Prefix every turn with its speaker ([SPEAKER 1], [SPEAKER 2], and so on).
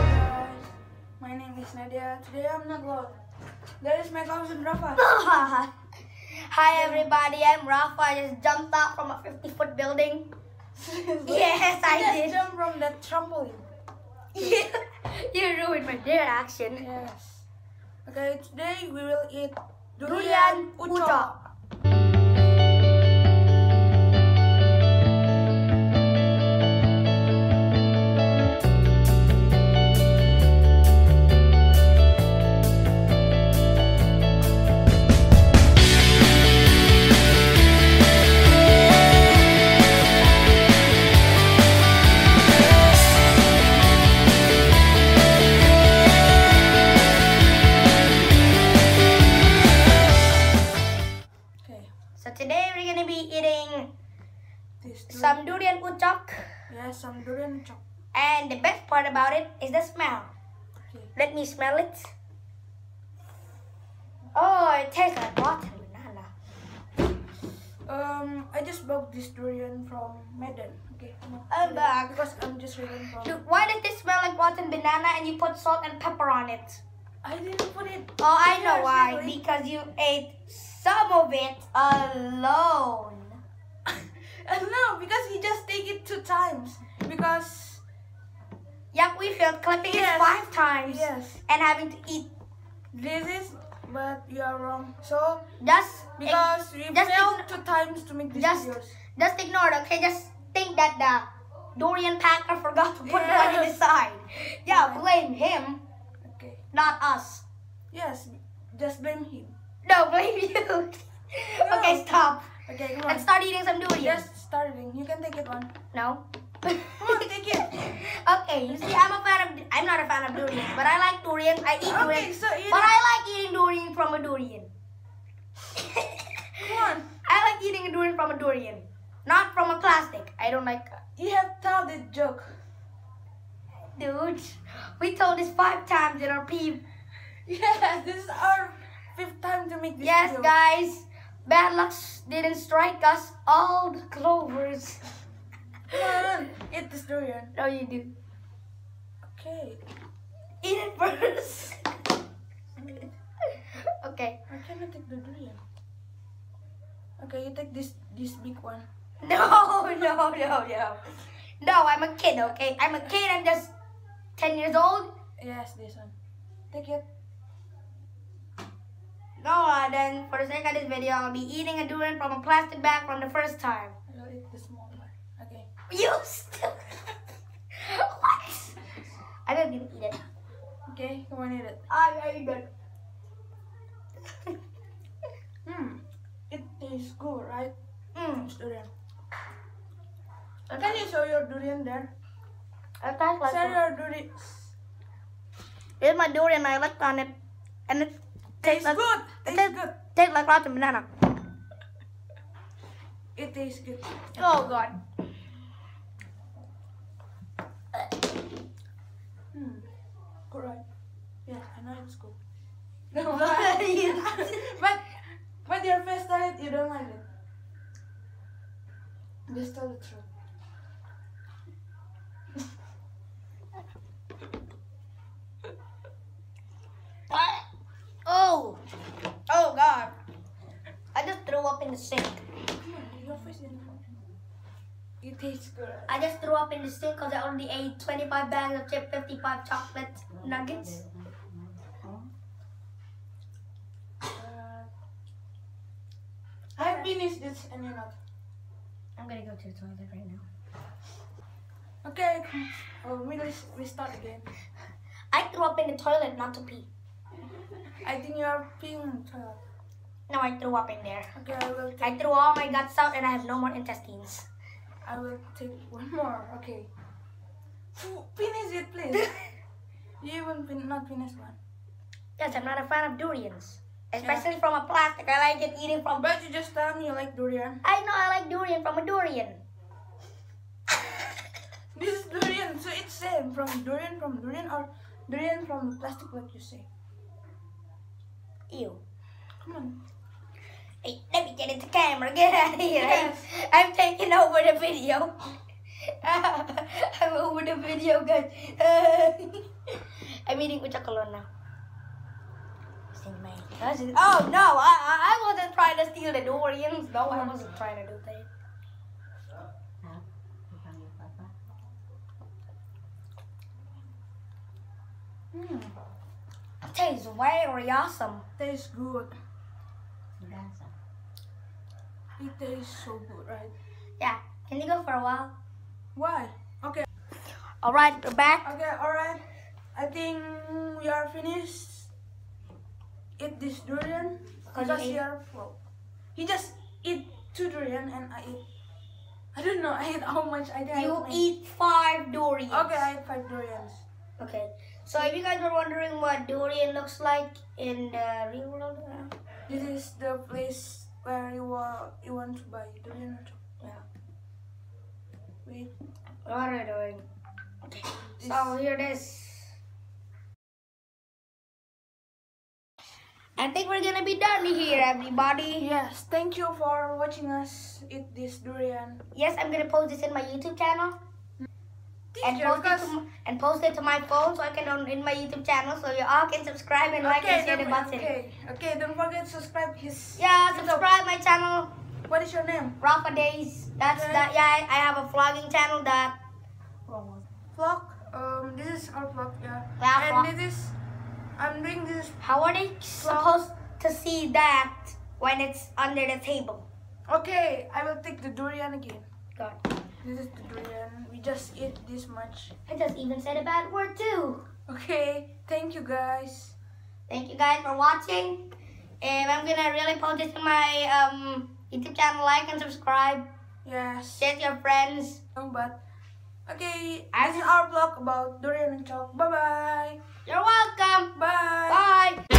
[SPEAKER 1] everybody. I'm Rafa. I just jumped out from a 50 foot building. yes, I
[SPEAKER 2] Just
[SPEAKER 1] did.
[SPEAKER 2] jump from the trampoline.
[SPEAKER 1] you ruined my dare action.
[SPEAKER 2] Yes. Okay, today we will eat
[SPEAKER 1] Durian Uto.
[SPEAKER 2] Okay.
[SPEAKER 1] So today we're gonna be eating
[SPEAKER 2] This durian.
[SPEAKER 1] some durian uchok,
[SPEAKER 2] Yes, some durian chop.
[SPEAKER 1] and the best part about it is the smell.
[SPEAKER 2] Okay.
[SPEAKER 1] Let me smell it. Oh, it tastes like watermelon.
[SPEAKER 2] Um, I just bought this durian from Medan. Okay. no,
[SPEAKER 1] I'm
[SPEAKER 2] really,
[SPEAKER 1] back.
[SPEAKER 2] Because I'm just reading from.
[SPEAKER 1] Dude, why does this smell like rotten banana and you put salt and pepper on it?
[SPEAKER 2] I didn't put it.
[SPEAKER 1] Oh, I know
[SPEAKER 2] Yes,
[SPEAKER 1] why.
[SPEAKER 2] really.
[SPEAKER 1] Because you ate some of it alone.
[SPEAKER 2] Uh, no, because he just take it two times. Because
[SPEAKER 1] Yep, we failed clipping
[SPEAKER 2] Yes.
[SPEAKER 1] it five times
[SPEAKER 2] yes,
[SPEAKER 1] and having to eat
[SPEAKER 2] this is. But you are wrong. So
[SPEAKER 1] just
[SPEAKER 2] because we
[SPEAKER 1] just
[SPEAKER 2] failed two times to make these
[SPEAKER 1] just-
[SPEAKER 2] videos.
[SPEAKER 1] just ignore it. Okay, just think that the Dorian Packer forgot to put it on
[SPEAKER 2] Yes.
[SPEAKER 1] his side. Yeah, blame him,
[SPEAKER 2] Okay.
[SPEAKER 1] not us.
[SPEAKER 2] Yes. Just blame him.
[SPEAKER 1] No, blame you. okay, stop.
[SPEAKER 2] Okay, come on.
[SPEAKER 1] Let's start eating some durian.
[SPEAKER 2] Just starting. You can take it on.
[SPEAKER 1] No.
[SPEAKER 2] Come on, take it.
[SPEAKER 1] Okay, you see, I'm a fan of. I'm not a fan of durian, but I like durian. I eat durian,
[SPEAKER 2] Okay, so eat
[SPEAKER 1] but
[SPEAKER 2] it.
[SPEAKER 1] I like eating durian from a durian.
[SPEAKER 2] Come on.
[SPEAKER 1] I like eating a durian from a durian, not from a plastic. I don't like.
[SPEAKER 2] You have told the joke.
[SPEAKER 1] Dude, we told this five times in our P.
[SPEAKER 2] Yes, this is our fifth time to make this
[SPEAKER 1] Yes,
[SPEAKER 2] video.
[SPEAKER 1] guys, bad luck didn't strike us. All the clovers.
[SPEAKER 2] Come on, eat this durian.
[SPEAKER 1] No, you do.
[SPEAKER 2] Okay.
[SPEAKER 1] Eat it first. okay.
[SPEAKER 2] I cannot take the durian. Okay, you take this this big one.
[SPEAKER 1] No, no, no, no. No, I'm a kid, okay? I'm a kid, I'm just 10 years old.
[SPEAKER 2] Yes, this one. Take it.
[SPEAKER 1] No, uh, then for the sake of this video, I'll be eating a durian from a plastic bag from the first time.
[SPEAKER 2] I will eat the small one. Okay.
[SPEAKER 1] You still. what? I'm not gonna eat it.
[SPEAKER 2] Okay, come on, eat it.
[SPEAKER 1] I'm not eat it.
[SPEAKER 2] Hmm. It tastes good, right?
[SPEAKER 1] Mm.
[SPEAKER 2] It's durian. Can
[SPEAKER 1] Okay.
[SPEAKER 2] you show your durian there?
[SPEAKER 1] It tastes like
[SPEAKER 2] Show
[SPEAKER 1] it.
[SPEAKER 2] your durian.
[SPEAKER 1] Here's my durian, I licked on it. And it
[SPEAKER 2] Tastes
[SPEAKER 1] like-
[SPEAKER 2] good. Tastes good.
[SPEAKER 1] tastes like rotten banana.
[SPEAKER 2] It tastes good.
[SPEAKER 1] Oh, God.
[SPEAKER 2] Hmm. Good, right? Yeah, I know it's good. but but your face on it, you don't like it. Just tell the truth.
[SPEAKER 1] Oh, oh God! I just threw up in the sink.
[SPEAKER 2] Come on, your face is It tastes good.
[SPEAKER 1] I just threw up in the sink because I only ate 25 bags of chip, 55 chocolate nuggets.
[SPEAKER 2] Uh, I finished this and you're not.
[SPEAKER 1] I'm gonna go to the toilet right now.
[SPEAKER 2] Okay, come- oh, we let's restart again.
[SPEAKER 1] I threw up in the toilet not to pee.
[SPEAKER 2] I think you are peeing. Toilet.
[SPEAKER 1] No, I threw up in there.
[SPEAKER 2] Okay, I will take.
[SPEAKER 1] I threw all my guts out and I have no more intestines.
[SPEAKER 2] I will take one more. Okay. F- Finish it, please. you will fin- not finish one.
[SPEAKER 1] Yes, I'm not a fan of durians, especially from a plastic. I like it eating from.
[SPEAKER 2] Oh, But you just tell me you like durian.
[SPEAKER 1] I know I like durian from a durian.
[SPEAKER 2] This is durian, so it's same from durian from durian or durian from the plastic what you say.
[SPEAKER 1] Ew.
[SPEAKER 2] Come on.
[SPEAKER 1] Hey, let me get into camera. Get out of here. I'm, I'm taking over the video. I'm over the video, guys. I'm eating with chocolate now. It's in my-
[SPEAKER 2] That's it.
[SPEAKER 1] Oh no, I I I wasn't trying to steal the Dorians. No, I wasn't trying to do that.
[SPEAKER 2] Mm,
[SPEAKER 1] Tastes Hmm. very awesome.
[SPEAKER 2] tastes good. It tastes so good, right?
[SPEAKER 1] Yeah. Can you go for a while?
[SPEAKER 2] Why? Okay.
[SPEAKER 1] All right, we're back.
[SPEAKER 2] Okay, alright. I think we are finished. Eat this durian.
[SPEAKER 1] Oh,
[SPEAKER 2] He
[SPEAKER 1] you
[SPEAKER 2] just
[SPEAKER 1] ate-
[SPEAKER 2] here. Well, he just eat two durian and I eat. I don't know. I ate how much. I think I
[SPEAKER 1] You
[SPEAKER 2] ate like-
[SPEAKER 1] eat five Dorians.
[SPEAKER 2] Okay, I ate five durians.
[SPEAKER 1] Okay. So if you guys were wondering what Dorian looks like in the real world, uh,
[SPEAKER 2] This is the place where you want you want to buy durian or chocolate.
[SPEAKER 1] yeah.
[SPEAKER 2] Wait.
[SPEAKER 1] What are you doing?
[SPEAKER 2] This,
[SPEAKER 1] So here it is. I think we're gonna be done here, everybody.
[SPEAKER 2] Yes. Thank you for watching us eat this durian.
[SPEAKER 1] Yes, I'm gonna post this in my YouTube channel and
[SPEAKER 2] Teacher,
[SPEAKER 1] post it to,
[SPEAKER 2] because-
[SPEAKER 1] m- and post it to my phone so I can on in my YouTube channel so you all can subscribe and like and share the
[SPEAKER 2] don't-
[SPEAKER 1] button.
[SPEAKER 2] okay, okay, don't forget to subscribe his
[SPEAKER 1] Yeah, subscribe my channel.
[SPEAKER 2] what is your name?
[SPEAKER 1] Rafa Days. That's
[SPEAKER 2] Okay.
[SPEAKER 1] that. Yeah, I, I have a vlogging channel that.
[SPEAKER 2] Vlog. Um this is our vlog, yeah.
[SPEAKER 1] Yeah,
[SPEAKER 2] and
[SPEAKER 1] vlog.
[SPEAKER 2] this is I'm doing this
[SPEAKER 1] How are they supposed to see that when it's under the table?
[SPEAKER 2] okay, I will take the durian again.
[SPEAKER 1] God,
[SPEAKER 2] This is the durian. We just eat this much.
[SPEAKER 1] I just even said a bad word too.
[SPEAKER 2] Okay, thank you guys.
[SPEAKER 1] Thank you guys for watching. And I'm gonna really post this in my um, YouTube channel. Like and subscribe.
[SPEAKER 2] Yes.
[SPEAKER 1] Share to your friends.
[SPEAKER 2] Um, But okay,
[SPEAKER 1] I-
[SPEAKER 2] this is our vlog about durian and chocolate. Bye bye.
[SPEAKER 1] You're welcome.
[SPEAKER 2] Bye.
[SPEAKER 1] Bye.